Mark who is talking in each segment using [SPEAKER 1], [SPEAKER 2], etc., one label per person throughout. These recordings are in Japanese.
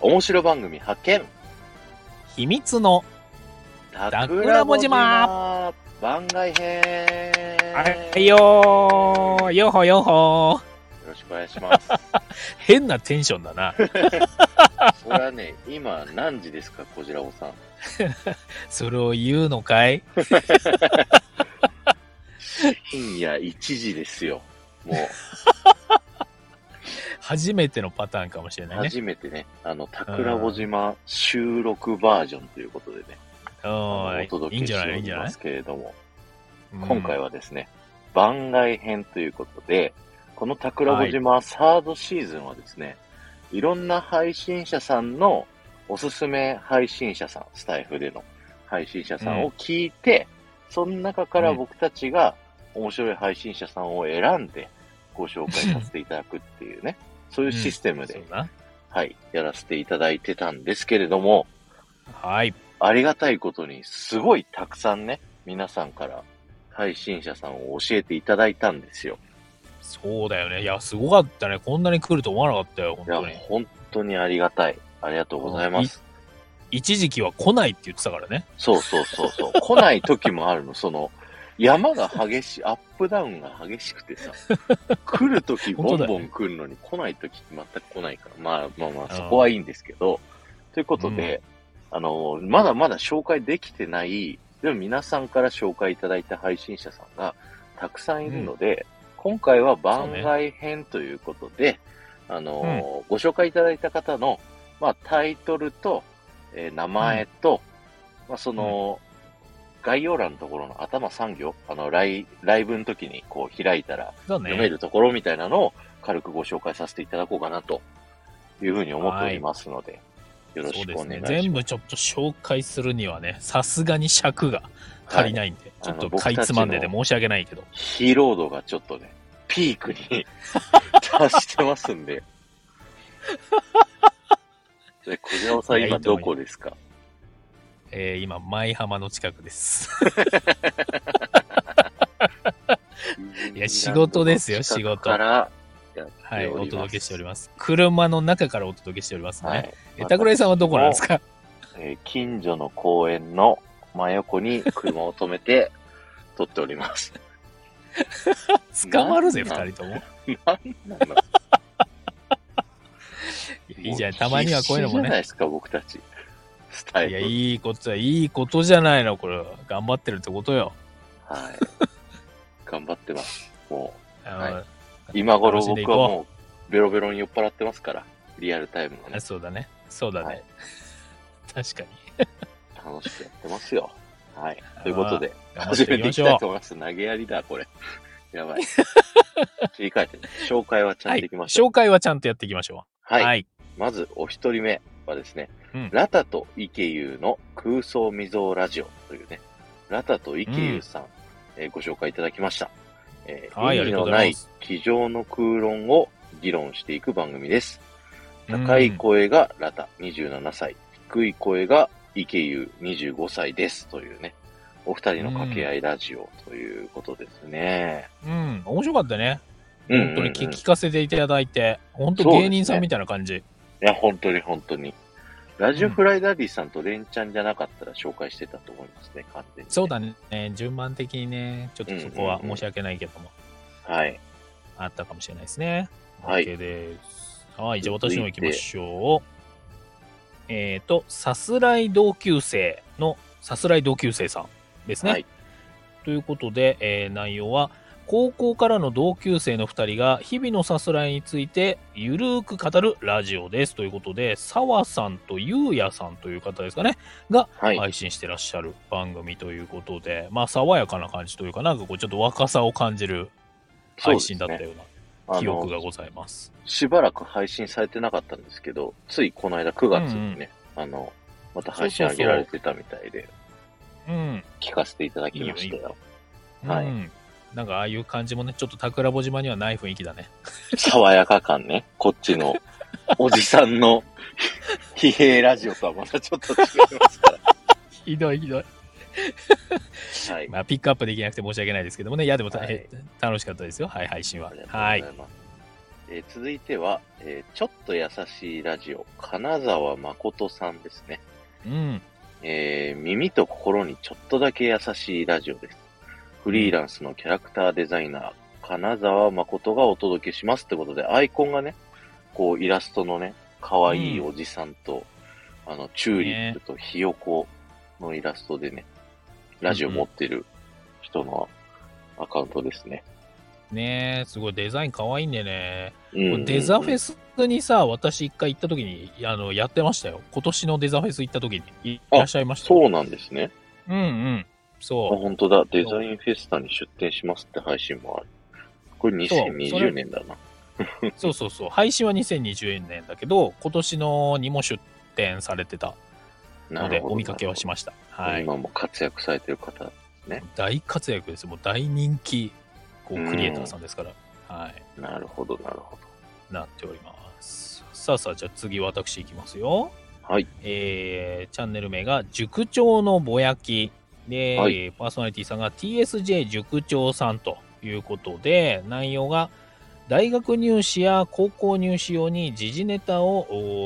[SPEAKER 1] 面白番組発見
[SPEAKER 2] 秘密の
[SPEAKER 1] 桜
[SPEAKER 2] 文
[SPEAKER 1] 文
[SPEAKER 2] 島
[SPEAKER 1] 島番外編
[SPEAKER 2] はいよーよほよ
[SPEAKER 1] よ
[SPEAKER 2] ほ
[SPEAKER 1] ろしくお願いします。
[SPEAKER 2] 変なテンションだな。
[SPEAKER 1] それはね、今何時ですか、こじらおさん。
[SPEAKER 2] それを言うのかい
[SPEAKER 1] 深夜1時ですよ。も
[SPEAKER 2] 初めてのパターンかもしれ
[SPEAKER 1] う、
[SPEAKER 2] ないね。
[SPEAKER 1] 初めてね、あの、桜文島収録バージョンということでね、
[SPEAKER 2] う
[SPEAKER 1] あのお
[SPEAKER 2] ん。
[SPEAKER 1] 届
[SPEAKER 2] いいん
[SPEAKER 1] けし
[SPEAKER 2] じゃない
[SPEAKER 1] て
[SPEAKER 2] いい
[SPEAKER 1] お
[SPEAKER 2] んじ
[SPEAKER 1] り
[SPEAKER 2] ゃな
[SPEAKER 1] ま
[SPEAKER 2] い
[SPEAKER 1] すけれども、
[SPEAKER 2] うん
[SPEAKER 1] 今回はですね、番外編ということで、この桜子島サードシーズンはですね、い、ろんな配信者さんのおすすめ配信者さん、スタイフでの配信者さんを聞いて、その中から僕たちが面白い配信者さんを選んでご紹介させていただくっていうね、そういうシステムで、
[SPEAKER 2] うんそうだな
[SPEAKER 1] はい、やらせていただいてたんですけれども、
[SPEAKER 2] はい。
[SPEAKER 1] ありがたいことに、すごいたくさんね、皆さんから配信者さんを教えていただいたんですよ。
[SPEAKER 2] そうだよね。いや、すごかったね。こんなに来ると思わなかったよ、本
[SPEAKER 1] いや
[SPEAKER 2] 当に、。
[SPEAKER 1] 本当にありがたい。ありがとうございます。
[SPEAKER 2] 一時期は来ないって言ってたからね。
[SPEAKER 1] そうそうそうそう。来ない時もあるの、その、山が激しい、アップダウンが激しくてさ、来る時ボ
[SPEAKER 2] 本当
[SPEAKER 1] ン
[SPEAKER 2] だよ
[SPEAKER 1] ボン来るのに、来ない時全く来ないから、まあまあまあ、そこはいいんですけど、ということで、あの、まだまだ紹介できてない、でも皆さんから紹介いただいた配信者さんがたくさんいるので、今回は番外編ということで、あのー、ご紹介いただいた方の、まあ、タイトルと、えー名前と、まあ、その、概要欄のところの頭3行、あの、ライライブの時にこう開いたら
[SPEAKER 2] だ
[SPEAKER 1] 読め
[SPEAKER 2] ね。
[SPEAKER 1] るところみたいなのを軽くご紹介させていただこうかなというふうに思っておりますので、よろ
[SPEAKER 2] そ
[SPEAKER 1] し
[SPEAKER 2] う
[SPEAKER 1] く
[SPEAKER 2] で
[SPEAKER 1] お願
[SPEAKER 2] す
[SPEAKER 1] いし
[SPEAKER 2] ね。
[SPEAKER 1] ます。
[SPEAKER 2] 全部ちょっと紹介するにはね、さすがに尺が足りないんで、
[SPEAKER 1] はいあの
[SPEAKER 2] ちょっとかいつまんでて
[SPEAKER 1] 僕たち
[SPEAKER 2] 申し訳ないけど。
[SPEAKER 1] 疲労度がちょっとね、ピーク に達してますんで。で小島さん、
[SPEAKER 2] いや
[SPEAKER 1] 今
[SPEAKER 2] いいと
[SPEAKER 1] ど
[SPEAKER 2] 思
[SPEAKER 1] こ
[SPEAKER 2] います
[SPEAKER 1] ですか
[SPEAKER 2] えー、今、舞浜の近くです。いや仕事ですよ仕事
[SPEAKER 1] からやって
[SPEAKER 2] はい、
[SPEAKER 1] お
[SPEAKER 2] お
[SPEAKER 1] ります
[SPEAKER 2] 届けしております。車の中からお届けしております
[SPEAKER 1] は
[SPEAKER 2] ね。
[SPEAKER 1] い
[SPEAKER 2] えたくらいさんはどこなんですか
[SPEAKER 1] えー近所の公園の真横に車を止めて 撮っております。
[SPEAKER 2] 捕まるぜ、
[SPEAKER 1] な
[SPEAKER 2] 二人とも。
[SPEAKER 1] なんなの
[SPEAKER 2] いいじゃん、たまにはこういうの
[SPEAKER 1] 必死じ
[SPEAKER 2] も
[SPEAKER 1] ゃない
[SPEAKER 2] ね。
[SPEAKER 1] ですか、僕たち。スタイ
[SPEAKER 2] いや、
[SPEAKER 1] ル。
[SPEAKER 2] いいことだ、いいことじゃないの、これ。頑張ってるってことよ。
[SPEAKER 1] はい。頑張ってます。も
[SPEAKER 2] あの
[SPEAKER 1] はう、今頃
[SPEAKER 2] 楽しんでい
[SPEAKER 1] 僕
[SPEAKER 2] こう
[SPEAKER 1] はもう、ベロベロに酔っ払ってますから、リアルタイムのね
[SPEAKER 2] あ、そうだね。そうだね。
[SPEAKER 1] はい
[SPEAKER 2] 確かに。
[SPEAKER 1] 楽しくやってますよ。はい。ということで、
[SPEAKER 2] 頑張って
[SPEAKER 1] 始
[SPEAKER 2] いき
[SPEAKER 1] めて
[SPEAKER 2] ま
[SPEAKER 1] い
[SPEAKER 2] し
[SPEAKER 1] きた
[SPEAKER 2] ょ
[SPEAKER 1] いと思います。投げやりだ、これ。 や ばい。切り替えてね、紹介はち
[SPEAKER 2] う。
[SPEAKER 1] ゃん
[SPEAKER 2] は
[SPEAKER 1] と
[SPEAKER 2] い
[SPEAKER 1] いき。ましょう。
[SPEAKER 2] 紹介はちゃんとやっていきましょう。
[SPEAKER 1] はい。
[SPEAKER 2] はい。
[SPEAKER 1] まず、お一人目はですね、
[SPEAKER 2] うん
[SPEAKER 1] ラタとイケユーの空想未曾有ラジオというね、ラタとイケユーさん、えーご紹介いただきました。えー
[SPEAKER 2] はい
[SPEAKER 1] 意
[SPEAKER 2] あり
[SPEAKER 1] 味
[SPEAKER 2] がとう
[SPEAKER 1] の
[SPEAKER 2] ござ
[SPEAKER 1] ないい
[SPEAKER 2] ます
[SPEAKER 1] 机上の空論を議論していく番組です。高い声がラタ、27歳。低い声がイケユー、25歳です。というね、お二人の掛け合いラジオということですね。
[SPEAKER 2] うん。うん。面白かったね。
[SPEAKER 1] うんうんうん
[SPEAKER 2] 本当に聞聞かせていただいて、本当芸人さんみたいな感じ。
[SPEAKER 1] いや、本当に本当に。ラジオフライダディさんとレンチャンじゃなかったら紹介してたと思いますね、完全に、
[SPEAKER 2] そうだね。順番的にね、ちょっとそこは申し訳ないけども、
[SPEAKER 1] はい。
[SPEAKER 2] あったかもしれないですね。
[SPEAKER 1] はい
[SPEAKER 2] OK です。はい、じゃあ私の行きましょう。えっ、と、さすらい同級生のさすらい同級生さんですね。
[SPEAKER 1] はい。
[SPEAKER 2] ということで、えー内容は、高校からの同級生の2人が日々のさすらいについてゆるーく語るラジオですということで、澤さんとゆうやさんという方ですかね、
[SPEAKER 1] はい。
[SPEAKER 2] 配信してらっしゃる番組ということで、まあ爽やかな感じというか、なんかこうちょっと若さを感じる配信だったような記憶が
[SPEAKER 1] あの
[SPEAKER 2] ございます。
[SPEAKER 1] しばらく配信されてなかったんですけど、ついこの間9月にね、あの、また配信上げられてたみたいで、
[SPEAKER 2] うん。
[SPEAKER 1] 聞かせていただきま
[SPEAKER 2] い
[SPEAKER 1] し
[SPEAKER 2] い
[SPEAKER 1] た
[SPEAKER 2] よいい
[SPEAKER 1] よ。は
[SPEAKER 2] はいい。なんかああいう感じもね、ちょっと桜穂島にはない雰囲気だね。
[SPEAKER 1] 爽やか感ね、こっちの、おじさんの疲弊ラジオとはまたちょっと違いますか
[SPEAKER 2] ひどいひどい。
[SPEAKER 1] ら。はい。
[SPEAKER 2] まあピックアッ プできなくて申し訳ないですけどもね、いやでもた、
[SPEAKER 1] はい
[SPEAKER 2] え楽しかったですよ。はい、配信は。
[SPEAKER 1] ありがとうござ
[SPEAKER 2] はいい。
[SPEAKER 1] ます。えー続いては、えーちょっと優しいラジオ、金沢誠さんですね。
[SPEAKER 2] うん。
[SPEAKER 1] えー耳と心にちょっとだけ優しいラジオです。フリーランスのキャラクターデザイナー、金沢誠がお届けしますってことで、アイコンがね、こうイラストのね、可愛いおじさんと、あの、チューリップとひよこのイラストでね、ラジオ持ってる人のアカウントですね。
[SPEAKER 2] ねえ、すごいデザイン可愛いんでね。
[SPEAKER 1] う
[SPEAKER 2] これデザフェ
[SPEAKER 1] ス
[SPEAKER 2] スにさ、私一回行った時に、あの、やってましたよ。今年のデザフェス行った時に、いい
[SPEAKER 1] あ
[SPEAKER 2] らっしゃいました。。
[SPEAKER 1] そううなんですね。
[SPEAKER 2] うんうん。
[SPEAKER 1] あ、
[SPEAKER 2] そう。
[SPEAKER 1] 本当だ。デザインフェスタに出展しますって配信もある。これ
[SPEAKER 2] そうそれ
[SPEAKER 1] 2020年だな。
[SPEAKER 2] そうそうそう。配信は2020年だけど、今年のにも出展されてた
[SPEAKER 1] な
[SPEAKER 2] の
[SPEAKER 1] る
[SPEAKER 2] で、
[SPEAKER 1] ほど。
[SPEAKER 2] お見かけはしました。はい。
[SPEAKER 1] 今も活躍されてる方。
[SPEAKER 2] 大活躍です。もう大人気、こ
[SPEAKER 1] う
[SPEAKER 2] う、
[SPEAKER 1] ん
[SPEAKER 2] クリエイターさんですから。はい。
[SPEAKER 1] なるほど、なるほ
[SPEAKER 2] なっております。さあさあ、じゃあ次私行きますよ。
[SPEAKER 1] ど。はい。
[SPEAKER 2] えーチャンネル名が塾長のぼやきで、
[SPEAKER 1] は
[SPEAKER 2] パーソナリティさんが TSJ 塾長さんということで内容が大学入試や高校入試用に時事ネタを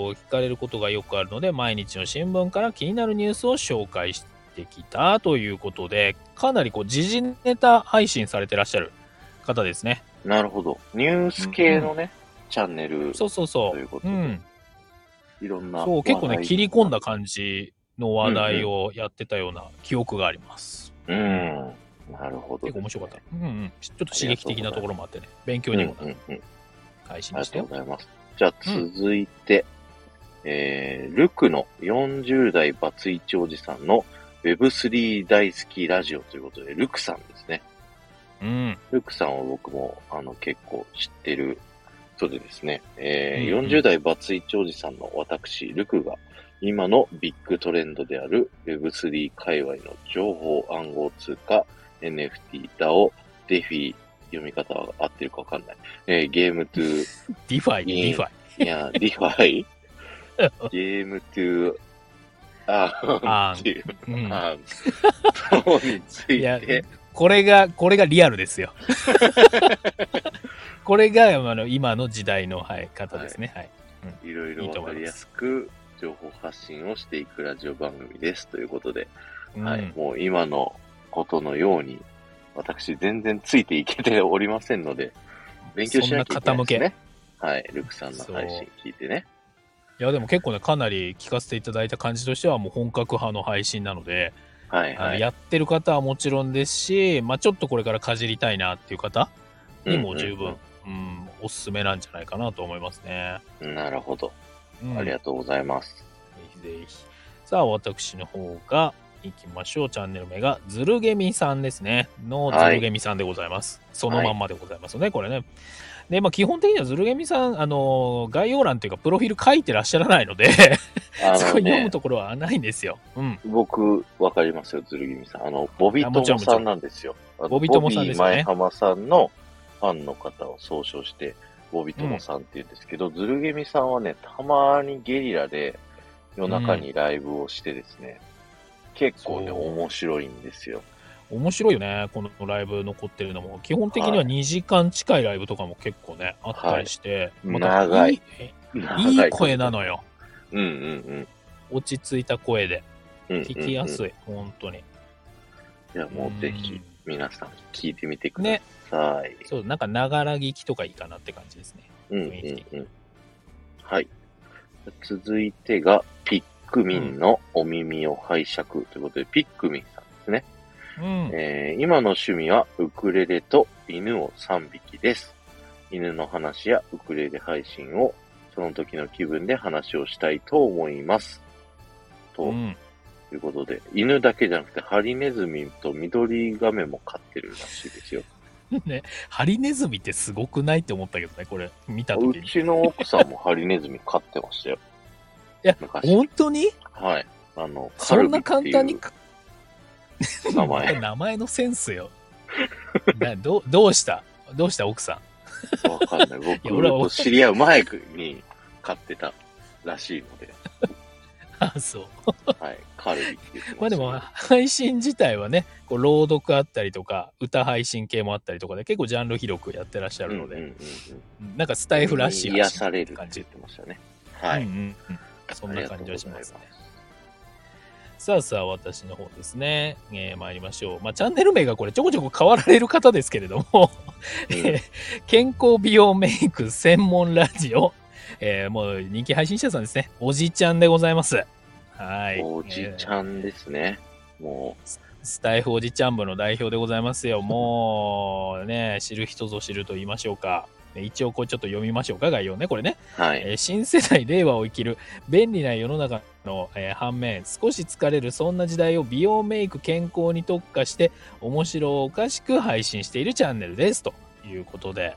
[SPEAKER 2] おー聞かれることがよくあるので毎日の新聞から気になるニュースを紹介してきたということでかなりこう時事ネタ配信されてらっしゃる方ですね
[SPEAKER 1] なるほど。ニュース系のね、チャンネル、
[SPEAKER 2] そうそうそう
[SPEAKER 1] ということ
[SPEAKER 2] う
[SPEAKER 1] で
[SPEAKER 2] ん、
[SPEAKER 1] いろんな。
[SPEAKER 2] そう結構ね切り込んだ
[SPEAKER 1] か。
[SPEAKER 2] 感じの話題をやってたような記憶があります、
[SPEAKER 1] うん。なるほど。
[SPEAKER 2] 結構面白かった。うんうん。ちょっと刺激的なところもあってね、勉強
[SPEAKER 1] うんう
[SPEAKER 2] に
[SPEAKER 1] ん
[SPEAKER 2] もなる
[SPEAKER 1] うん。
[SPEAKER 2] 配信
[SPEAKER 1] あ
[SPEAKER 2] で
[SPEAKER 1] りが
[SPEAKER 2] した
[SPEAKER 1] とうござ
[SPEAKER 2] よ。
[SPEAKER 1] います。じゃあ続いて、えー、ルクの40代バツイチおじさんの Web3 大好きラジオということで、ルクさんですね。
[SPEAKER 2] うん。
[SPEAKER 1] ルクさんは僕も、あの、結構知ってる人でですね、えー
[SPEAKER 2] うんうん
[SPEAKER 1] 40代バツイチおじさんの私、ルクが、今のビッグトレンドである Web3 界隈の情報暗号通貨、NFT、DAO、デフィ、読み方は合ってるかわかんない。えーゲームトゥー、
[SPEAKER 2] ディファイ、ディファイ。
[SPEAKER 1] いや、ディファイゲームトゥー、あーんっていう、
[SPEAKER 2] うん
[SPEAKER 1] あーん。そうについ
[SPEAKER 2] いや
[SPEAKER 1] て、、
[SPEAKER 2] これが、これがリアルですよ。 これが、あの、今の時代の、はい、方ですね。はい。
[SPEAKER 1] いろいろわかりやすく情報発信をしていくラジオ番組ですということで、
[SPEAKER 2] うん
[SPEAKER 1] はい、もう今のことのように、私全然ついていけておりませんので、勉強しなきゃいけないですね。はい、ルクさんの配信聞いてね。
[SPEAKER 2] いや、でも結構ね、かなり聞かせていただいた感じとしては、もう本格派の配信なので、
[SPEAKER 1] はい
[SPEAKER 2] あの
[SPEAKER 1] はい。
[SPEAKER 2] やってる方はもちろんですし、まあちょっとこれからかじりたいなっていう方にも十分、うん、おすすめなんじゃないかなと思いますね。
[SPEAKER 1] うんうんうん。なるほど。
[SPEAKER 2] うん
[SPEAKER 1] ありがとうございます。
[SPEAKER 2] ぜひぜひ。さあ、私の方が行きましょう。チャンネル名が、ズルゲミさんですね。のズルゲミさんでございます。そのまんまでございますよね、これね。で、まあ、基本的にはズルゲミさん、あのー概要欄というか、プロフィール書いてらっしゃらないので、
[SPEAKER 1] あ
[SPEAKER 2] そこ
[SPEAKER 1] の
[SPEAKER 2] に読
[SPEAKER 1] ね
[SPEAKER 2] む、ところはないんですよ。うん。
[SPEAKER 1] 僕、わかりますよ、ずるぎみさん。あの、ボビ
[SPEAKER 2] あ
[SPEAKER 1] ー
[SPEAKER 2] もち
[SPEAKER 1] 友
[SPEAKER 2] ろんもちろ
[SPEAKER 1] さ
[SPEAKER 2] ん
[SPEAKER 1] んなんですよ。あの
[SPEAKER 2] ボビー友さんですよね
[SPEAKER 1] ボビー前浜さんのファンの方を総称して、ボビー友さんって言うんですけど、ずるぎみさんはね、たまにゲリラで夜中にライブをしてですね、結構ね、
[SPEAKER 2] そう
[SPEAKER 1] 面白いんですよ。
[SPEAKER 2] 面白いよね、このライブ残ってるのも。基本的には
[SPEAKER 1] はい
[SPEAKER 2] 2時間近いライブとかも結構ね、あったりして、
[SPEAKER 1] はい
[SPEAKER 2] また
[SPEAKER 1] 長い
[SPEAKER 2] いえいい声な
[SPEAKER 1] の。
[SPEAKER 2] のよ。
[SPEAKER 1] うんうん
[SPEAKER 2] 落ち着いた声で。
[SPEAKER 1] うん。
[SPEAKER 2] 聞きや
[SPEAKER 1] い。
[SPEAKER 2] すい、本当に。
[SPEAKER 1] いや、もうぜひ、皆さん聞いてみてくだ
[SPEAKER 2] ね、
[SPEAKER 1] さい。
[SPEAKER 2] そう、なんか、ながら聞きとかいいかなって感じですね。
[SPEAKER 1] うんう
[SPEAKER 2] 雰囲
[SPEAKER 1] んうん。はい。続いてが、ピックミンのお耳を拝借ということで、ピックミンさんですね。
[SPEAKER 2] うん。
[SPEAKER 1] えー今の趣味はウクレレと犬を3匹です。犬の話やウクレレ配信をその時の気分で話をしたいと思います。と
[SPEAKER 2] うん、
[SPEAKER 1] いうことで、犬だけじゃなくてハリネズミと緑ガメも飼ってるらしいですよ。
[SPEAKER 2] ね、ハリネズミってすごくないって思ったけどね、これ、見たとき
[SPEAKER 1] う
[SPEAKER 2] に。
[SPEAKER 1] ちの奥さんもハリネズミ飼ってましたよ。
[SPEAKER 2] いや
[SPEAKER 1] 昔
[SPEAKER 2] 本当に
[SPEAKER 1] はい。あの、カ
[SPEAKER 2] そ
[SPEAKER 1] ル
[SPEAKER 2] ん
[SPEAKER 1] ビ
[SPEAKER 2] な
[SPEAKER 1] って
[SPEAKER 2] 簡単
[SPEAKER 1] い
[SPEAKER 2] に
[SPEAKER 1] う。名前
[SPEAKER 2] 名前のセンスよ。 などうどうしたどうした奥さ
[SPEAKER 1] わか んない。
[SPEAKER 2] いや俺
[SPEAKER 1] 僕
[SPEAKER 2] は
[SPEAKER 1] と 知り合う前に買ってたらしいので。
[SPEAKER 2] ん。 あそう。
[SPEAKER 1] はい、カルビって言って
[SPEAKER 2] まあ
[SPEAKER 1] ま、
[SPEAKER 2] ですも、配信自体はね、こう朗読あったりとか、歌配信系もあったりとかで、結構ジャンル広くやってらっしゃ
[SPEAKER 1] あ
[SPEAKER 2] るので、
[SPEAKER 1] うんうんうん
[SPEAKER 2] うんなんかスタイフらしい
[SPEAKER 1] 癒
[SPEAKER 2] 発信
[SPEAKER 1] さ
[SPEAKER 2] って
[SPEAKER 1] れ
[SPEAKER 2] い
[SPEAKER 1] る
[SPEAKER 2] う
[SPEAKER 1] って
[SPEAKER 2] 感じ
[SPEAKER 1] 言ってましたね。はい。
[SPEAKER 2] うんうんうんそんな感じはしますね
[SPEAKER 1] ありがとうございます。
[SPEAKER 2] さあさあ、私の方ですね。えー参りましょう。まあ、チャンネル名がこれ、ちょこちょこ変わられる方ですけれども、えー 健康美容メイク専門ラジオ、えーもう人気配信者さんですね。おじちゃんでございます。 はい。
[SPEAKER 1] おじち
[SPEAKER 2] ん、
[SPEAKER 1] ゃんですね。も
[SPEAKER 2] スタイフおじちゃん部の代表でございますよ。もう、ね、知る人ぞ知ると言いましょうか。ね一応、これちょっと読みましょうか、概要ね、これね。
[SPEAKER 1] う、はい。
[SPEAKER 2] えー新世代令和を生きる便利な世の中の、えー反面少し疲れるそんな時代を美容メイク健康に特化して面白おかしく配信しているチャンネルですということで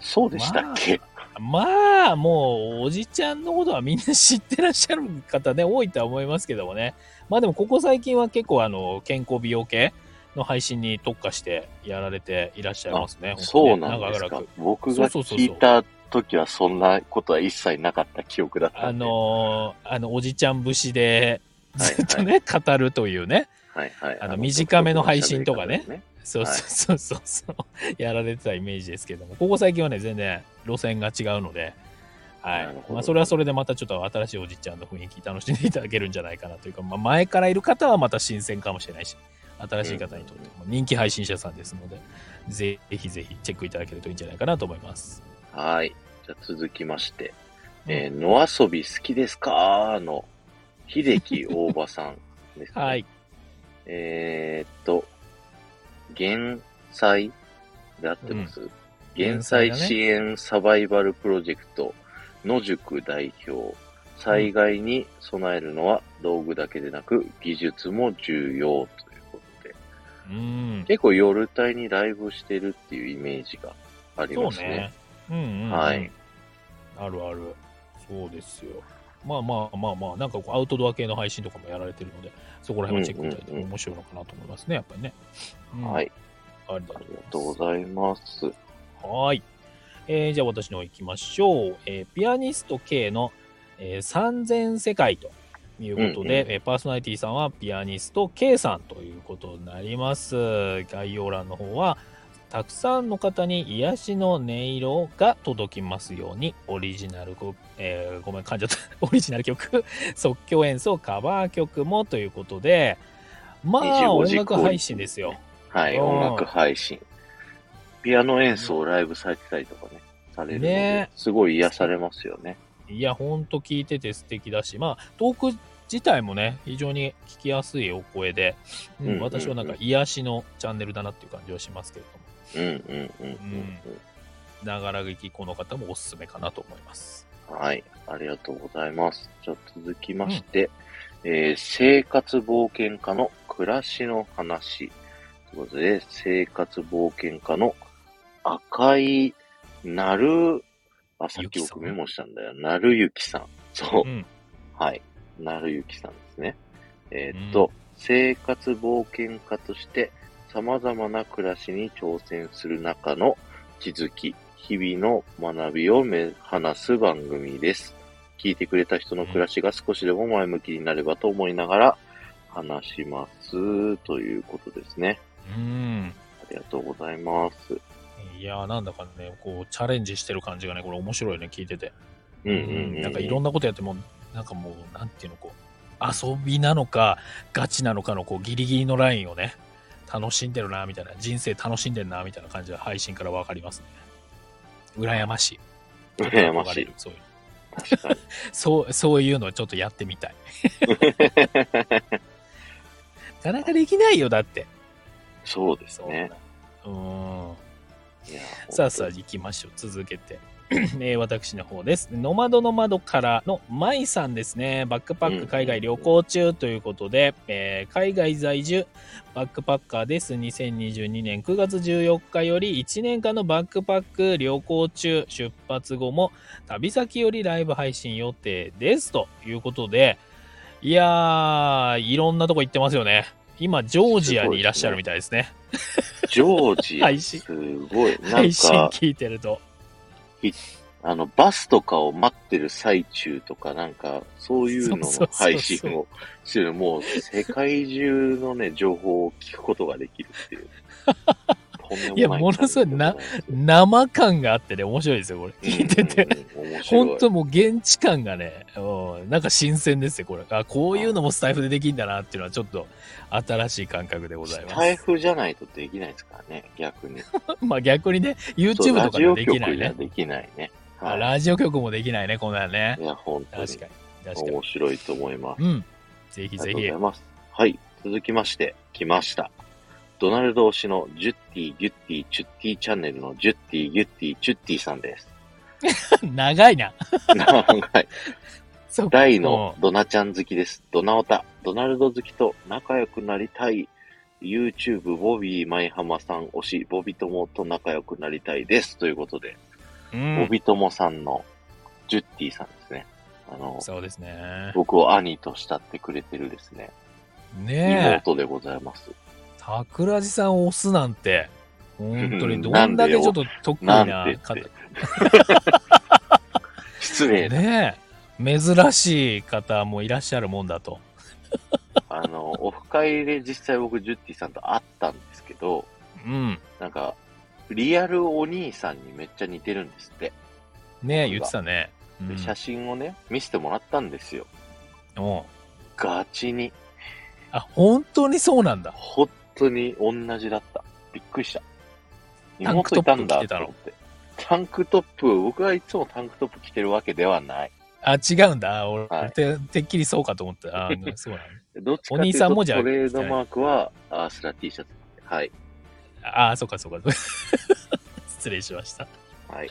[SPEAKER 1] そうでしたっけ、
[SPEAKER 2] まあもうおじちゃんのことはみんな知ってらっしゃる方ね多いとは思いますけどもねまあでもここ最近は結構あの健康美容系の配信に特化してやられていらっしゃいますね。
[SPEAKER 1] そうな
[SPEAKER 2] 本
[SPEAKER 1] んで
[SPEAKER 2] 当ね
[SPEAKER 1] す
[SPEAKER 2] 長
[SPEAKER 1] か
[SPEAKER 2] らく。
[SPEAKER 1] 僕が
[SPEAKER 2] そうそうそう
[SPEAKER 1] 聞
[SPEAKER 2] そ
[SPEAKER 1] いうた時はそんなことは一切なかった記憶だった
[SPEAKER 2] あ
[SPEAKER 1] んで。
[SPEAKER 2] のーあのおじちゃん節でずっとね、語るというね
[SPEAKER 1] はいはい、
[SPEAKER 2] あの短めの配信とかね
[SPEAKER 1] 独特の喋り方で
[SPEAKER 2] そうそうそうそう、そうやられてたイメージですけどもここ最近はね全然路線が違うので、は
[SPEAKER 1] なる
[SPEAKER 2] い
[SPEAKER 1] ほど
[SPEAKER 2] まあ、それはそれでまたちょっと新しいおじちゃんの雰囲気楽しんでいただけるんじゃないかなというか、まあ、前からいる方はまた新鮮かもしれないし新しい方にとっても人気配信者さんですので、ぜひぜひチェックいただけるといいんじゃないかなと思います。
[SPEAKER 1] はい。じゃあ続きまして、えー野遊び好きですかの、秀樹大場さんです、ね。
[SPEAKER 2] は。い、
[SPEAKER 1] えーっと、減災で合ってます、減
[SPEAKER 2] 減
[SPEAKER 1] 災
[SPEAKER 2] 災だね
[SPEAKER 1] 支援サバイバルプロジェクト、野宿代表。災害に備えるのは道具だけでなく技術も重要ということで。
[SPEAKER 2] うん
[SPEAKER 1] 結構夜帯にライブしてるっていうイメージがありますね。。
[SPEAKER 2] そうね。うんうん、うん。
[SPEAKER 1] はい。
[SPEAKER 2] あるある。そうですよ。まあまあまあまあ、なんかこうアウトドア系の配信とかもやられてるので、そこら辺はチェックいただいて
[SPEAKER 1] うんうんうん
[SPEAKER 2] 面白いのかなと思いますね、やっぱりね。うん
[SPEAKER 1] はい。。
[SPEAKER 2] あり
[SPEAKER 1] あ
[SPEAKER 2] が
[SPEAKER 1] りがと
[SPEAKER 2] とう
[SPEAKER 1] う
[SPEAKER 2] ございます
[SPEAKER 1] ご。ざいます。
[SPEAKER 2] はい。えーじゃあ私の方行きましょう。えーピアニスト K の、えー、3000世界という
[SPEAKER 1] うん
[SPEAKER 2] ことで、
[SPEAKER 1] うん
[SPEAKER 2] えーパーソナリティさんはピアニスト K さんということになります。概要欄の方は、たくさんの方に癒しの音色が届きますように、オリジナル曲、えーごめん、噛んじゃった。 オリジナル曲、 即興演奏、カバー曲もということで、まあ、
[SPEAKER 1] 25
[SPEAKER 2] 音
[SPEAKER 1] 時
[SPEAKER 2] 楽配信ですよ。
[SPEAKER 1] はい、
[SPEAKER 2] うん
[SPEAKER 1] 音楽配信。ピアノ演奏をライブされてたりとかね、されるので、
[SPEAKER 2] ね
[SPEAKER 1] すごい癒されますよね。
[SPEAKER 2] いや、ほんと聞いてて素敵だし、まあ、トーク自体もね、非常に聞きやすいお声で、うん
[SPEAKER 1] うんうんうん
[SPEAKER 2] 私はなんか癒しのチャンネルだなっていう感じはしますけれども、
[SPEAKER 1] うんうんうんうん、
[SPEAKER 2] ながら聞きこの方もおすすめかなと思います。
[SPEAKER 1] うん。はい、ありがとうございます。じゃあ続きまして、えー生活冒険家の暮らしの話。ということで、生活冒険家の赤いなる、あ、さっ
[SPEAKER 2] ゆ
[SPEAKER 1] き
[SPEAKER 2] きさん
[SPEAKER 1] 僕メモしたんだよ。なるゆきさん。そう
[SPEAKER 2] う。ん、
[SPEAKER 1] はい。なるゆきさんですね。えーっと、生活冒険家として様々な暮らしに挑戦する中の気づき、日々の学びをめ話す番組です。聞いてくれた人の暮らしが少しでも前向きになればと思いながら話しますということですね。
[SPEAKER 2] うん。
[SPEAKER 1] ありがとうございます。
[SPEAKER 2] いやー、なんだかね、こう、チャレンジしてる感じがね、これ面白いね、聞いてて。
[SPEAKER 1] うんうんうん。
[SPEAKER 2] なんかいろんなことやっても、なんかもう、なんていうの、こう、遊びなのか、ガチなのかの、こう、ギリギリのラインをね、楽しんでるな、みたいな、人生楽しんでるな、みたいな感じが配信からわかりますね。羨ましい。
[SPEAKER 1] 羨まし
[SPEAKER 2] ちょっと憧れる
[SPEAKER 1] い。
[SPEAKER 2] そういう
[SPEAKER 1] 確かに。
[SPEAKER 2] そう、そういうのをちょっとやってみ たい。なかなかできないよ、だって。
[SPEAKER 1] そうですね。
[SPEAKER 2] そう。うーん。
[SPEAKER 1] いや
[SPEAKER 2] さあさあ
[SPEAKER 1] 本
[SPEAKER 2] 行きましょう続けて、 えー私の方です「ノマドの窓から」のまいさんですねバックパック海外旅行中ということで、えー海外在住バックパッカーです2022年9月14日より1年間のバックパック旅行中出発後も旅先よりライブ配信予定ですということでいやーいろんなとこ行ってますよね今ジョージアにいらっしゃるみたいですね
[SPEAKER 1] 当ジョージア、
[SPEAKER 2] 配信
[SPEAKER 1] すごい。なん
[SPEAKER 2] 配信
[SPEAKER 1] か、
[SPEAKER 2] 聞いてると
[SPEAKER 1] あの、バスとかを待ってる最中とか、なんか、そういうの
[SPEAKER 2] そう
[SPEAKER 1] の
[SPEAKER 2] そうそうそう
[SPEAKER 1] 配信をしてる、もう、世界中のね、情報を聞くことができるっていう。とんでもない
[SPEAKER 2] いやものすごいな
[SPEAKER 1] 環境でございますよ、
[SPEAKER 2] 生感があってね、面白いですよ、これ。聞いてて。
[SPEAKER 1] うんうんうん。面白い
[SPEAKER 2] 本当もう現地感がね、うんなんか新鮮ですよ、これ。あ、こういうのもスタイフでできるんだなっていうのは、ちょっと新しい感覚でござい
[SPEAKER 1] ス
[SPEAKER 2] ます。
[SPEAKER 1] タイフじゃないとできないですからね、逆に。
[SPEAKER 2] まあ逆にね、YouTube
[SPEAKER 1] そう
[SPEAKER 2] とかではできな
[SPEAKER 1] ラジオ局
[SPEAKER 2] い
[SPEAKER 1] じゃ
[SPEAKER 2] ね。
[SPEAKER 1] できないね。
[SPEAKER 2] あ
[SPEAKER 1] はい
[SPEAKER 2] ラジオ局もできないね、こんなのね
[SPEAKER 1] い。や、本当に
[SPEAKER 2] 確かに。確かに
[SPEAKER 1] 面白いと思います。。
[SPEAKER 2] うん。ぜひ
[SPEAKER 1] あ
[SPEAKER 2] ぜ
[SPEAKER 1] りがとう
[SPEAKER 2] ひ
[SPEAKER 1] ござい。ます。はい。続きまして、来ました。ドナルド推しのジュッティ、ギュッティ、チュッティチャンネルのジュッティ、ギュッティ、チュッティさんです。
[SPEAKER 2] 長いな。
[SPEAKER 1] はい。
[SPEAKER 2] そうか
[SPEAKER 1] 大のドナちゃん好きです。ドナオタ、ドナルド好きと仲良くなりたい。YouTube、ボビー、舞浜さん推し、ボビトモと仲良くなりたいです。ということで、
[SPEAKER 2] うんう
[SPEAKER 1] ボ
[SPEAKER 2] ん。
[SPEAKER 1] ビトモさんのジュッティさんですね。あの、
[SPEAKER 2] そうですね。
[SPEAKER 1] 僕を兄と慕ってくれてるですね。
[SPEAKER 2] ねえ。
[SPEAKER 1] 妹でございます。
[SPEAKER 2] 桜地さんを押すなんて、本当にどんだけちょっと得意
[SPEAKER 1] な
[SPEAKER 2] なん
[SPEAKER 1] てっ
[SPEAKER 2] 方
[SPEAKER 1] て。失礼な。
[SPEAKER 2] ねえ。珍しい方もいらっしゃるもんだと。
[SPEAKER 1] あの、オフ会で実際僕、ジュッティさんと会ったんですけど、
[SPEAKER 2] うん。
[SPEAKER 1] なんか、リアルお兄さんにめっちゃ似てるんですって。
[SPEAKER 2] ねえ、言ってたね。うん
[SPEAKER 1] で写真をね、見せてもらったんですよ。
[SPEAKER 2] うん
[SPEAKER 1] ガチに、
[SPEAKER 2] あ、本当にそうなんだ。
[SPEAKER 1] 本当に同じだった。びっくりした。
[SPEAKER 2] タンク
[SPEAKER 1] 妹
[SPEAKER 2] ト
[SPEAKER 1] い
[SPEAKER 2] ッ
[SPEAKER 1] た
[SPEAKER 2] プ
[SPEAKER 1] ん
[SPEAKER 2] 着
[SPEAKER 1] だ
[SPEAKER 2] てた
[SPEAKER 1] と
[SPEAKER 2] の
[SPEAKER 1] 思って。タンクトップ、僕はいつもタンクトップ着てるわけではない。
[SPEAKER 2] あ、違うんだ。あ俺、
[SPEAKER 1] はい
[SPEAKER 2] ててっきりそうかと思った。あ、そうなんだ。
[SPEAKER 1] どっちか
[SPEAKER 2] お
[SPEAKER 1] とい
[SPEAKER 2] 兄
[SPEAKER 1] う
[SPEAKER 2] さんも
[SPEAKER 1] と、
[SPEAKER 2] じゃあ
[SPEAKER 1] トレードマークは、アースラ T シャツ。はい。
[SPEAKER 2] ああ、そうかそうか。 失礼しました。
[SPEAKER 1] はい。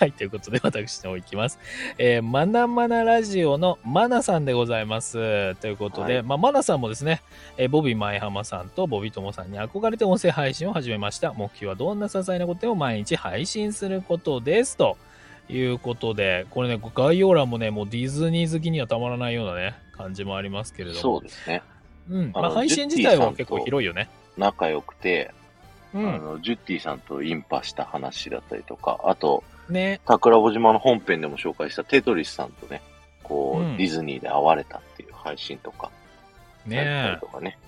[SPEAKER 2] はい、ということで私の方行きます。えー、まなまなラジオのまなさんでございます。ということで、
[SPEAKER 1] はい
[SPEAKER 2] まあ、まなさんもですね、えーボビー前浜さんとボビーともさんに憧れて音声配信を始めました。目標はどんな些細なことでも毎日配信することです。ということで、これね、概要欄もね、もうディズニー好きにはたまらないようなね、感じもありますけれども。
[SPEAKER 1] そうですね。
[SPEAKER 2] うん。ま
[SPEAKER 1] あ
[SPEAKER 2] あ、
[SPEAKER 1] の
[SPEAKER 2] 配信自体は結構広いよね。
[SPEAKER 1] 仲良くて、
[SPEAKER 2] う
[SPEAKER 1] あ
[SPEAKER 2] ん。
[SPEAKER 1] の、ジュッティさんとインパした話だったりとか、あと、
[SPEAKER 2] ね。
[SPEAKER 1] 桜穂島の本編でも紹介したテトリスさんとね、こう、
[SPEAKER 2] うん
[SPEAKER 1] ディズニーで会われたっていう配信とか、やった
[SPEAKER 2] ね
[SPEAKER 1] りとかね。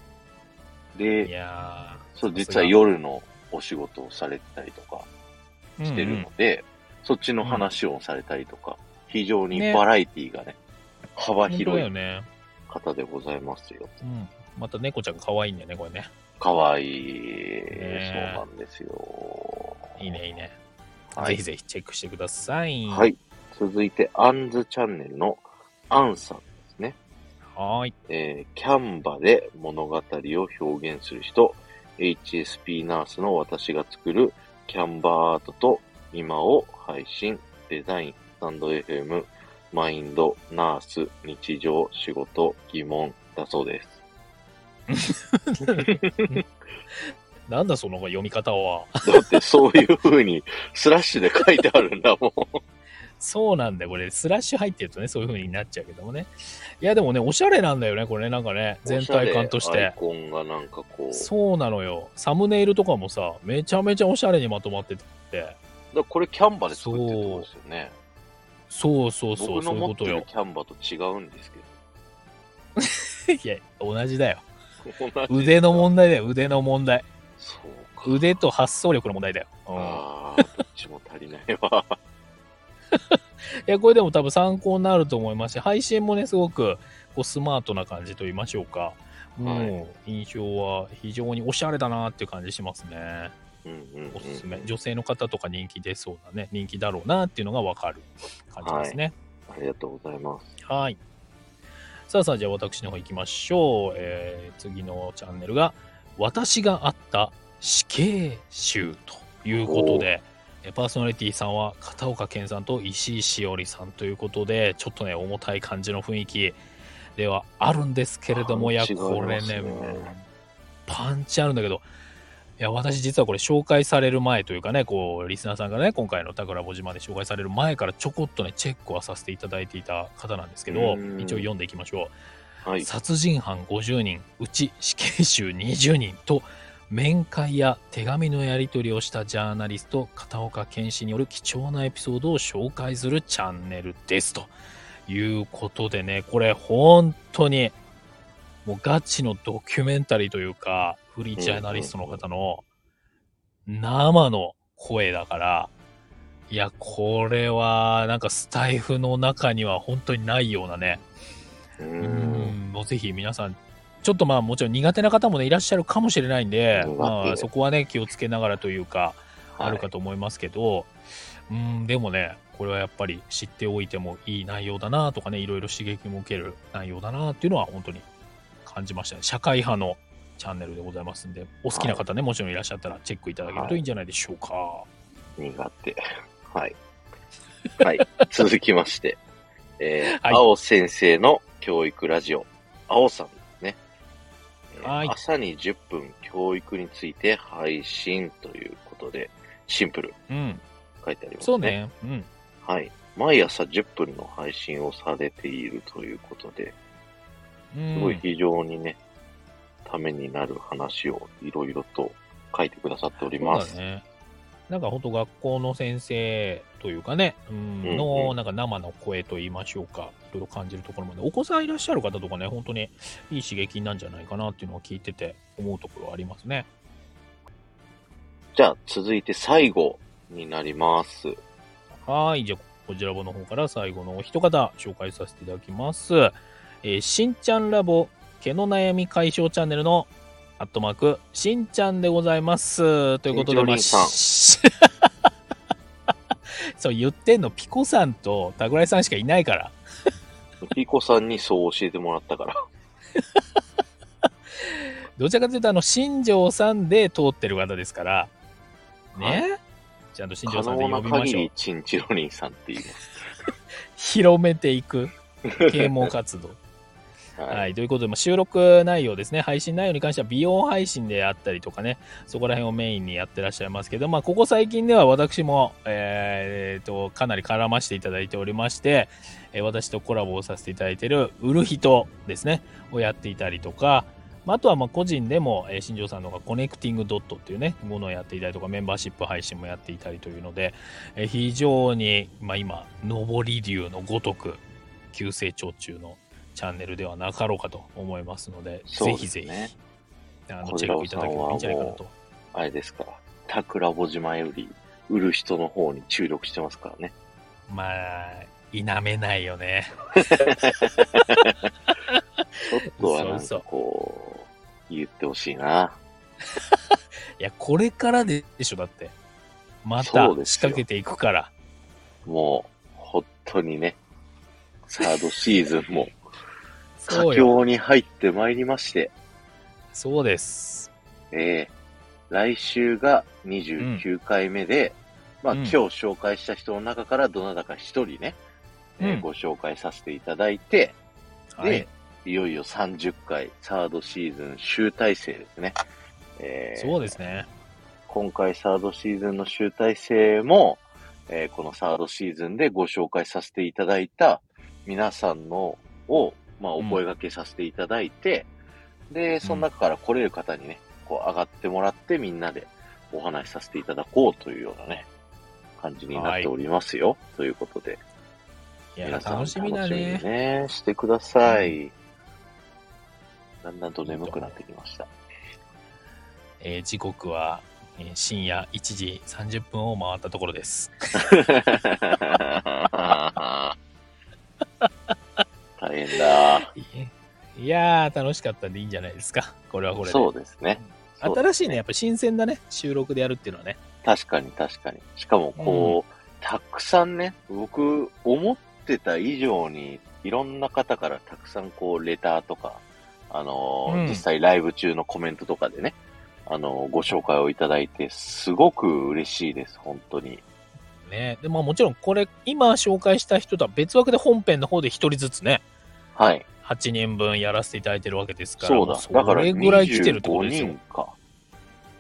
[SPEAKER 2] い
[SPEAKER 1] で、
[SPEAKER 2] や
[SPEAKER 1] そう、実は夜のお仕事をされてたりとか
[SPEAKER 2] ー
[SPEAKER 1] して
[SPEAKER 2] うん
[SPEAKER 1] る
[SPEAKER 2] うん
[SPEAKER 1] ので、そっちの話をされたりとか、非常にバラエティがね、幅
[SPEAKER 2] 本当だ
[SPEAKER 1] 広
[SPEAKER 2] よ
[SPEAKER 1] い
[SPEAKER 2] ね。
[SPEAKER 1] 方でございますよ。
[SPEAKER 2] うん。また猫ちゃん可愛いんだよね、これね。
[SPEAKER 1] かわいい。
[SPEAKER 2] え
[SPEAKER 1] そうなんですよ。
[SPEAKER 2] いいね、いいね。
[SPEAKER 1] はい
[SPEAKER 2] ぜひぜひチェックしてください。
[SPEAKER 1] は。い。続いて、アンズチャンネルのアンさんですね。
[SPEAKER 2] はーい。
[SPEAKER 1] えーキャンバで物語を表現する人、HSP ナースの私が作るキャンバアートと今を配信、デザイン、スタンド FM、マインド、ナース、日常、仕事、疑問だそうです。
[SPEAKER 2] なんだその読み方は。
[SPEAKER 1] だってそういう風にスラッシュで書いてあるんだもん。
[SPEAKER 2] そうなんだよ、これ。スラッシュ入ってるとね、そういう風になっちゃうけどもね。いや、でもね、おしゃれなんだよね、これね、なんかね、全体感とし
[SPEAKER 1] おゃれアイ
[SPEAKER 2] て。
[SPEAKER 1] コンがなんかこう。
[SPEAKER 2] そうなのよ。サムネイルとかもさ、めちゃめちゃおしゃれにまとまってて。
[SPEAKER 1] だからこれキャンバで作ってるってことですよね。
[SPEAKER 2] そうそうそう、
[SPEAKER 1] 僕の
[SPEAKER 2] そういう
[SPEAKER 1] 持
[SPEAKER 2] こ
[SPEAKER 1] って
[SPEAKER 2] と
[SPEAKER 1] る
[SPEAKER 2] よ。
[SPEAKER 1] キャンバと違うんですけ
[SPEAKER 2] いや、同じだよ。
[SPEAKER 1] ど。
[SPEAKER 2] 腕の問題だよ、腕の問題。
[SPEAKER 1] そうか。
[SPEAKER 2] 腕と発想力の問題だよ。うん
[SPEAKER 1] ああ、どっちも足りないわ。
[SPEAKER 2] いや、これでも多分参考になると思いますし、配信もね、すごくこうスマートな感じと言いましょうか。もう、印象は非常におしゃれだなっていう感じしますね。
[SPEAKER 1] うんうんうん
[SPEAKER 2] おすすめ。女性の方とか人気出そうなね、人気だろうなっていうのがわかる感じですね。
[SPEAKER 1] ありがとうございます。
[SPEAKER 2] はい。さあさあ、じゃあ私の方行きましょう。えー次のチャンネルが、私があった死刑囚ということで、えーパーソナリティさんは片岡健さんと石井しおりさんということで、ちょっとね、重たい感じの雰囲気ではあるんですけれども、いや、
[SPEAKER 1] 違いますね
[SPEAKER 2] これね、もうパンチあるんだけど、いや、私実はこれ紹介される前というかね、こう、リスナーさんがね、今回の宝墓島で紹介される前からちょこっとね、チェックはさせていただいていた方なんですけど、
[SPEAKER 1] うん
[SPEAKER 2] 一応読んでいきましょう。
[SPEAKER 1] はい。
[SPEAKER 2] 殺人犯50人うち死刑囚20人と面会や手紙のやり取りをしたジャーナリスト片岡健志による貴重なエピソードを紹介するチャンネルですということでねこれ本当にもうガチのドキュメンタリーというかフリージャーナリストの方の生の声だからいやこれはなんかスタイフの中には本当にないようなね
[SPEAKER 1] う。
[SPEAKER 2] うんんもうぜひ皆さんちょっとまあもちろん苦手な方もねいらっしゃるかもしれないんで、
[SPEAKER 1] うん
[SPEAKER 2] まあ、そこはね気をつけながらというかあるかと思いますけど、うんでもねこれはやっぱり知っておいてもいい内容だなとかねいろいろ刺激も受ける内容だなっていうのは本当に感じましたね社会派のチャンネルでございますんでお好きな方ね、もちろんいらっしゃったらチェックいただけるといいんじゃないでしょうか、
[SPEAKER 1] はい。苦手。はい。 はい。続きまして。えー、
[SPEAKER 2] はい
[SPEAKER 1] 青先生の教育ラジオ。青さんですね。えー
[SPEAKER 2] はい
[SPEAKER 1] 朝に10分教育について配信ということで、シンプル
[SPEAKER 2] うん
[SPEAKER 1] 書いてありますね。
[SPEAKER 2] そう。ねうん
[SPEAKER 1] はい。毎朝10分の配信をされているということで、
[SPEAKER 2] うん
[SPEAKER 1] すごい非常にね、ためになる話をいろいろと書いてくださっておりま
[SPEAKER 2] そ
[SPEAKER 1] す。
[SPEAKER 2] うだね。なんか本当学校の先生というかね、うん
[SPEAKER 1] うんうん
[SPEAKER 2] のなんか生の声と言いましょうか、いろいろ感じるところまで、お子さんいらっしゃる方とかね、本当にいい刺激なんじゃないかなっていうのを聞いてて思うところはありますね。
[SPEAKER 1] じゃあ、続いて最後になります。
[SPEAKER 2] はい、じゃあこちらの方から最後のお一方紹介させていただきます。えーしんちゃんラボ毛の悩み解消チャンネルのアットマーク、しんちゃんでございます。というこ
[SPEAKER 1] しん
[SPEAKER 2] とで、
[SPEAKER 1] ちょりんさん
[SPEAKER 2] まあし そう、言ってんの、ピコさんとタグライさんしかいないから。
[SPEAKER 1] ピコさんにそう教えてもらったから。
[SPEAKER 2] どちらかというと、あの、新庄さんで通ってる方ですから、ね、
[SPEAKER 1] は
[SPEAKER 2] ちゃんと新
[SPEAKER 1] 可
[SPEAKER 2] 庄さんで
[SPEAKER 1] 能
[SPEAKER 2] 呼
[SPEAKER 1] な
[SPEAKER 2] びま
[SPEAKER 1] 限
[SPEAKER 2] しょう
[SPEAKER 1] り、。チンチロリンさんって言い ます。。
[SPEAKER 2] 広めていく、啓蒙活動。はいい、ということで、まあ収録内容ですね、配信内容に関しては美容配信であったりとかね、そこら辺をメインにやってらっしゃいますけど、まあ、ここ最近では私も、えーえーとかなり絡ませていただいておりまして、えー私とコラボをさせていただいている売る人ですね、をやっていたりとか、まああとはまあ個人でも、えー新庄さんの方がコネクティングドットっていうね、ものをやっていたりとか、メンバーシップ配信もやっていたりというので、えー非常に、まあ、今、上り竜のごとく、急成長中のチャンネルではなかろうかと思いますので、
[SPEAKER 1] そう
[SPEAKER 2] ぜ
[SPEAKER 1] で
[SPEAKER 2] ひ
[SPEAKER 1] す
[SPEAKER 2] ぜ
[SPEAKER 1] ね
[SPEAKER 2] ひ、あの
[SPEAKER 1] 小次
[SPEAKER 2] チェッ
[SPEAKER 1] 郎
[SPEAKER 2] クいただければいいんじゃないかなと。
[SPEAKER 1] あれですから、タクラボ島より売る人の方に注力してますからね。
[SPEAKER 2] まあ、否めないよね。
[SPEAKER 1] ちょっとはなんかこう、言ってほしいな。
[SPEAKER 2] いや、これからでしょ、だって。また
[SPEAKER 1] そうです
[SPEAKER 2] 仕
[SPEAKER 1] よ
[SPEAKER 2] 掛けていくから。
[SPEAKER 1] もう、本当にね、サードシーズンも佳
[SPEAKER 2] そうよ。
[SPEAKER 1] 境に入ってまいりまして、
[SPEAKER 2] そうです。
[SPEAKER 1] えー来週が29回目で、まあ、
[SPEAKER 2] うん
[SPEAKER 1] 今日紹介した人の中からどなたか一人ね、えー
[SPEAKER 2] うん
[SPEAKER 1] ご紹介させていただいて、
[SPEAKER 2] は
[SPEAKER 1] で
[SPEAKER 2] い。、
[SPEAKER 1] いよいよ30回、サードシーズン集大成ですね。えー
[SPEAKER 2] そうですね。
[SPEAKER 1] 今回サードシーズンの集大成も、えーこのサードシーズンでご紹介させていただいた皆さんのを、まあ、お
[SPEAKER 2] うん
[SPEAKER 1] 声掛けさせていただいて、で、その中から来れる方にね、こう上がってもらってみんなでお話しさせていただこうというようなね、感じになっておりますよ。ということで、
[SPEAKER 2] いや、
[SPEAKER 1] 皆さん
[SPEAKER 2] 楽しみだ
[SPEAKER 1] 楽しみに
[SPEAKER 2] ね。
[SPEAKER 1] ね、してください。だんだんと眠くなってきました。
[SPEAKER 2] えー時刻は、えー深夜1時30分を回ったところです。
[SPEAKER 1] 大変だ。
[SPEAKER 2] いやー、楽しかったんでいいんじゃないですか。これはこれで。
[SPEAKER 1] そうですね。そう
[SPEAKER 2] 新しいね、やっぱ新鮮だね。収録でやるっていうのはね。
[SPEAKER 1] 確かに確かに。しかもこう、たくさんね、僕思ってた以上にいろんな方からたくさんこうレターとか、あのー
[SPEAKER 2] うん
[SPEAKER 1] 実際ライブ中のコメントとかでね、あのーご紹介をいただいてすごく嬉しいです、本当に。
[SPEAKER 2] ね。でももちろんこれ、今紹介した人とは別枠で本編の方で一人ずつね、
[SPEAKER 1] はい。
[SPEAKER 2] 8人分やらせていただいてるわけですから、
[SPEAKER 1] そう
[SPEAKER 2] も
[SPEAKER 1] だ。
[SPEAKER 2] そ
[SPEAKER 1] だから
[SPEAKER 2] れぐらい来てるってこと
[SPEAKER 1] 25
[SPEAKER 2] です
[SPEAKER 1] 人
[SPEAKER 2] よ。
[SPEAKER 1] か。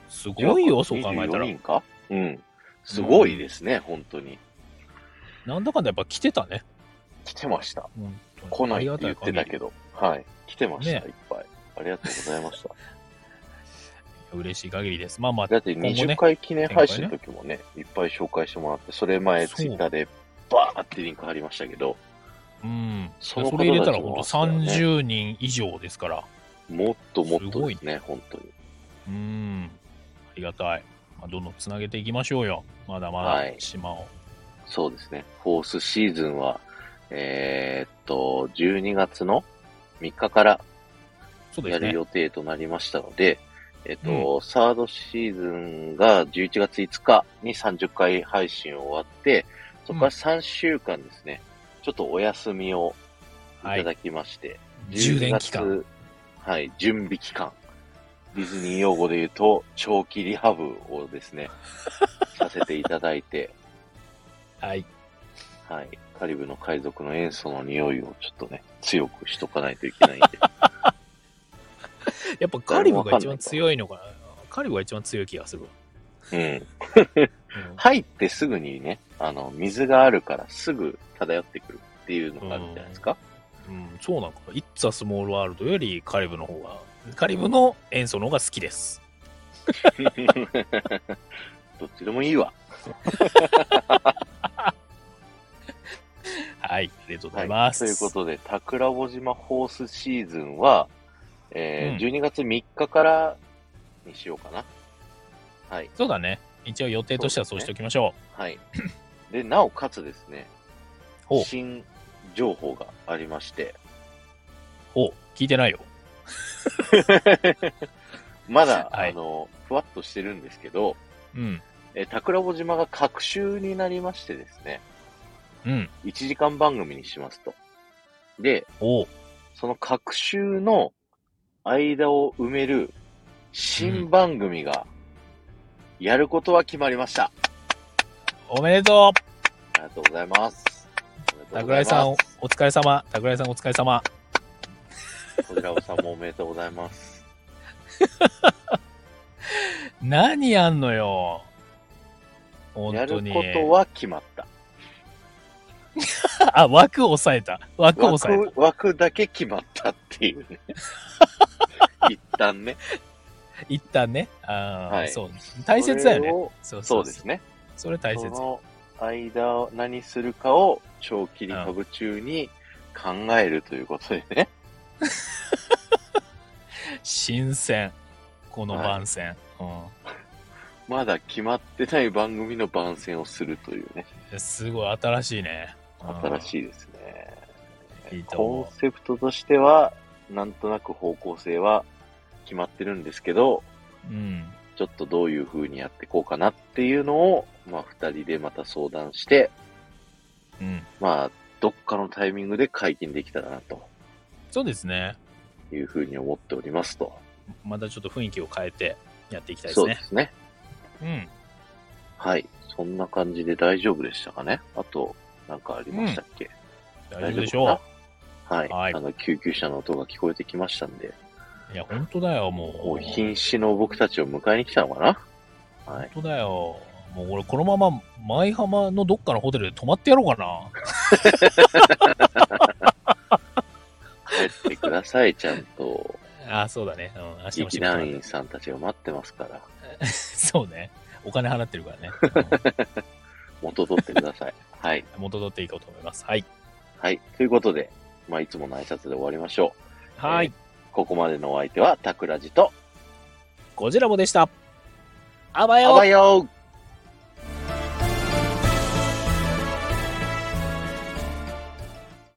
[SPEAKER 2] すごいよ、そう考えた
[SPEAKER 1] 24。
[SPEAKER 2] ら
[SPEAKER 1] 人かうん。すごいですね、本当に。
[SPEAKER 2] なんだかんだやっぱ来てたね。
[SPEAKER 1] 来てました。
[SPEAKER 2] 本当に
[SPEAKER 1] 来な
[SPEAKER 2] あ
[SPEAKER 1] い
[SPEAKER 2] り
[SPEAKER 1] っ
[SPEAKER 2] が
[SPEAKER 1] て言ったて
[SPEAKER 2] い
[SPEAKER 1] た
[SPEAKER 2] 限り
[SPEAKER 1] けど。はい。来てました、
[SPEAKER 2] ね
[SPEAKER 1] いっぱい。ありがとうございました。
[SPEAKER 2] 嬉しい限りです。 まあまあ、
[SPEAKER 1] だって
[SPEAKER 2] 今後ね
[SPEAKER 1] 20回記念配信の時もね、いっぱい紹介してもらって、それ前
[SPEAKER 2] そう
[SPEAKER 1] ツイッターでバーってリンク貼りましたけど、
[SPEAKER 2] うん。そ
[SPEAKER 1] その方
[SPEAKER 2] れ入れたら
[SPEAKER 1] たちも
[SPEAKER 2] 本当
[SPEAKER 1] ね
[SPEAKER 2] 30人以上ですから。
[SPEAKER 1] もっともっ
[SPEAKER 2] す
[SPEAKER 1] と
[SPEAKER 2] ごい
[SPEAKER 1] ですね、本当に。
[SPEAKER 2] うん。ありがたい。まあ、どんどんつなげていきましょうよ。まだまだ
[SPEAKER 1] はい
[SPEAKER 2] 島を。
[SPEAKER 1] そうですね。フォースシーズンは、えーっと、12月の3日から
[SPEAKER 2] そうで
[SPEAKER 1] や
[SPEAKER 2] す
[SPEAKER 1] る
[SPEAKER 2] ね。
[SPEAKER 1] 予定となりましたので、えっと、サードシーズンが11月5日に30回配信を終わって、そこから3週間ですね、ちょっとお休みをいただきまして、
[SPEAKER 2] 充電期間。
[SPEAKER 1] 10月。はい、準備期間。ディズニー用語で言うと、長期リハブをです ね、させていただいて、
[SPEAKER 2] はい。
[SPEAKER 1] はい、カリブの海賊の塩素の匂いをちょっとね、強くしとかないといけないんで。
[SPEAKER 2] やっぱカリブが一番強いのかな。カリブが一番強い気がするわ。
[SPEAKER 1] うん。
[SPEAKER 2] うん
[SPEAKER 1] 入ってすぐにね、あの、水があるからすぐ漂ってくるっていうのがあるんじゃないです か。
[SPEAKER 2] うん、そうなんか。イッツ・ア・スモール・ワールドよりカリブの方が、カリブの演奏の方が好きです。
[SPEAKER 1] どっちでもいいわ。
[SPEAKER 2] はい。ありがとうご
[SPEAKER 1] は
[SPEAKER 2] ざい
[SPEAKER 1] い
[SPEAKER 2] ます。
[SPEAKER 1] ということで、桜穂島ホースシーズンは、えー12月3日からにしようかな。はい。
[SPEAKER 2] そうだね。一応予定としてはそうしておきましょ
[SPEAKER 1] はい。で、なおかつですね、
[SPEAKER 2] う。ほう、
[SPEAKER 1] 新情報がありまして、
[SPEAKER 2] ほう、聞いてないよ。
[SPEAKER 1] まだ、
[SPEAKER 2] はい
[SPEAKER 1] あの、ふわっとしてるんですけど、
[SPEAKER 2] うん。
[SPEAKER 1] えー桜穂島が隔週になりましてですね、
[SPEAKER 2] うん。
[SPEAKER 1] 1時間番組にしますと。で、
[SPEAKER 2] おう。
[SPEAKER 1] その各週の間を埋める新番組が、やることは決まりました。
[SPEAKER 2] おめでと
[SPEAKER 1] あ
[SPEAKER 2] う
[SPEAKER 1] りがとうございます。
[SPEAKER 2] 桜井さん、お疲れ様。桜井さん、お疲れ様。
[SPEAKER 1] 桜尾さんもおめでとうございます。
[SPEAKER 2] 何やんのよ。本
[SPEAKER 1] や
[SPEAKER 2] 当
[SPEAKER 1] る
[SPEAKER 2] に。
[SPEAKER 1] ことは決まった。
[SPEAKER 2] あ、枠を抑えた。枠を抑え
[SPEAKER 1] 枠、枠だけ決まったっていう ね。一旦ね。
[SPEAKER 2] た。一旦ね。あー
[SPEAKER 1] はい
[SPEAKER 2] そう。大切だよ
[SPEAKER 1] それ
[SPEAKER 2] ね。
[SPEAKER 1] を
[SPEAKER 2] そう
[SPEAKER 1] そうです
[SPEAKER 2] ね。
[SPEAKER 1] ね。
[SPEAKER 2] それ大切
[SPEAKER 1] そ。の間を何するかを長期リハブ中に考えるということでね。
[SPEAKER 2] 新鮮。この番宣。
[SPEAKER 1] まだ決まってない番組の番宣をするというね、
[SPEAKER 2] うん。すごい、新しいね。
[SPEAKER 1] 新
[SPEAKER 2] い。
[SPEAKER 1] しいですね。
[SPEAKER 2] いいと
[SPEAKER 1] コ
[SPEAKER 2] 思
[SPEAKER 1] ンセプトとしては、なんとなく方向性は決まってるんですけど、
[SPEAKER 2] う。うん。
[SPEAKER 1] ちょっとどういう風にやっていこうかなっていうのを、まあ、二人でまた相談して、
[SPEAKER 2] うん。
[SPEAKER 1] まあ、どっかのタイミングで解禁できたらなと
[SPEAKER 2] そうですね。
[SPEAKER 1] いう風に思っておりますと。
[SPEAKER 2] またちょっと雰囲気を変えてやっていきたいで
[SPEAKER 1] そ
[SPEAKER 2] す
[SPEAKER 1] うで
[SPEAKER 2] ね。
[SPEAKER 1] すね。
[SPEAKER 2] うん。
[SPEAKER 1] はい。そんな感じで大丈夫でしたかねあと、なんかありましたっけ、
[SPEAKER 2] 大丈夫でしょ
[SPEAKER 1] う。はい、
[SPEAKER 2] はい
[SPEAKER 1] あの、救急車の音が聞こえてきましたんで、
[SPEAKER 2] う。いや、本当だよ、もう。
[SPEAKER 1] もう瀕死の僕たちを迎えに来たのかなはい。
[SPEAKER 2] 本当だよ。もう俺、このまま舞浜のどっかのホテルで泊まってやろうかな。
[SPEAKER 1] 帰ってくだ さい、ちゃんと。
[SPEAKER 2] ああ、そうだね。うん、明日も仕
[SPEAKER 1] 劇
[SPEAKER 2] 事な
[SPEAKER 1] 団
[SPEAKER 2] ん
[SPEAKER 1] 員
[SPEAKER 2] で。
[SPEAKER 1] さんたちが待ってますから、
[SPEAKER 2] そうね。お金払ってるからね。 うん
[SPEAKER 1] 元取ってくだ さい。はい。
[SPEAKER 2] 元取っていこうと思います。はい。
[SPEAKER 1] はい。ということで、まあ、いつもの挨拶で終わりましょう。
[SPEAKER 2] はい。
[SPEAKER 1] ここまでのお相手は、タクラジと、
[SPEAKER 2] こちらもでした。あば
[SPEAKER 1] あ
[SPEAKER 2] よ
[SPEAKER 1] ばよう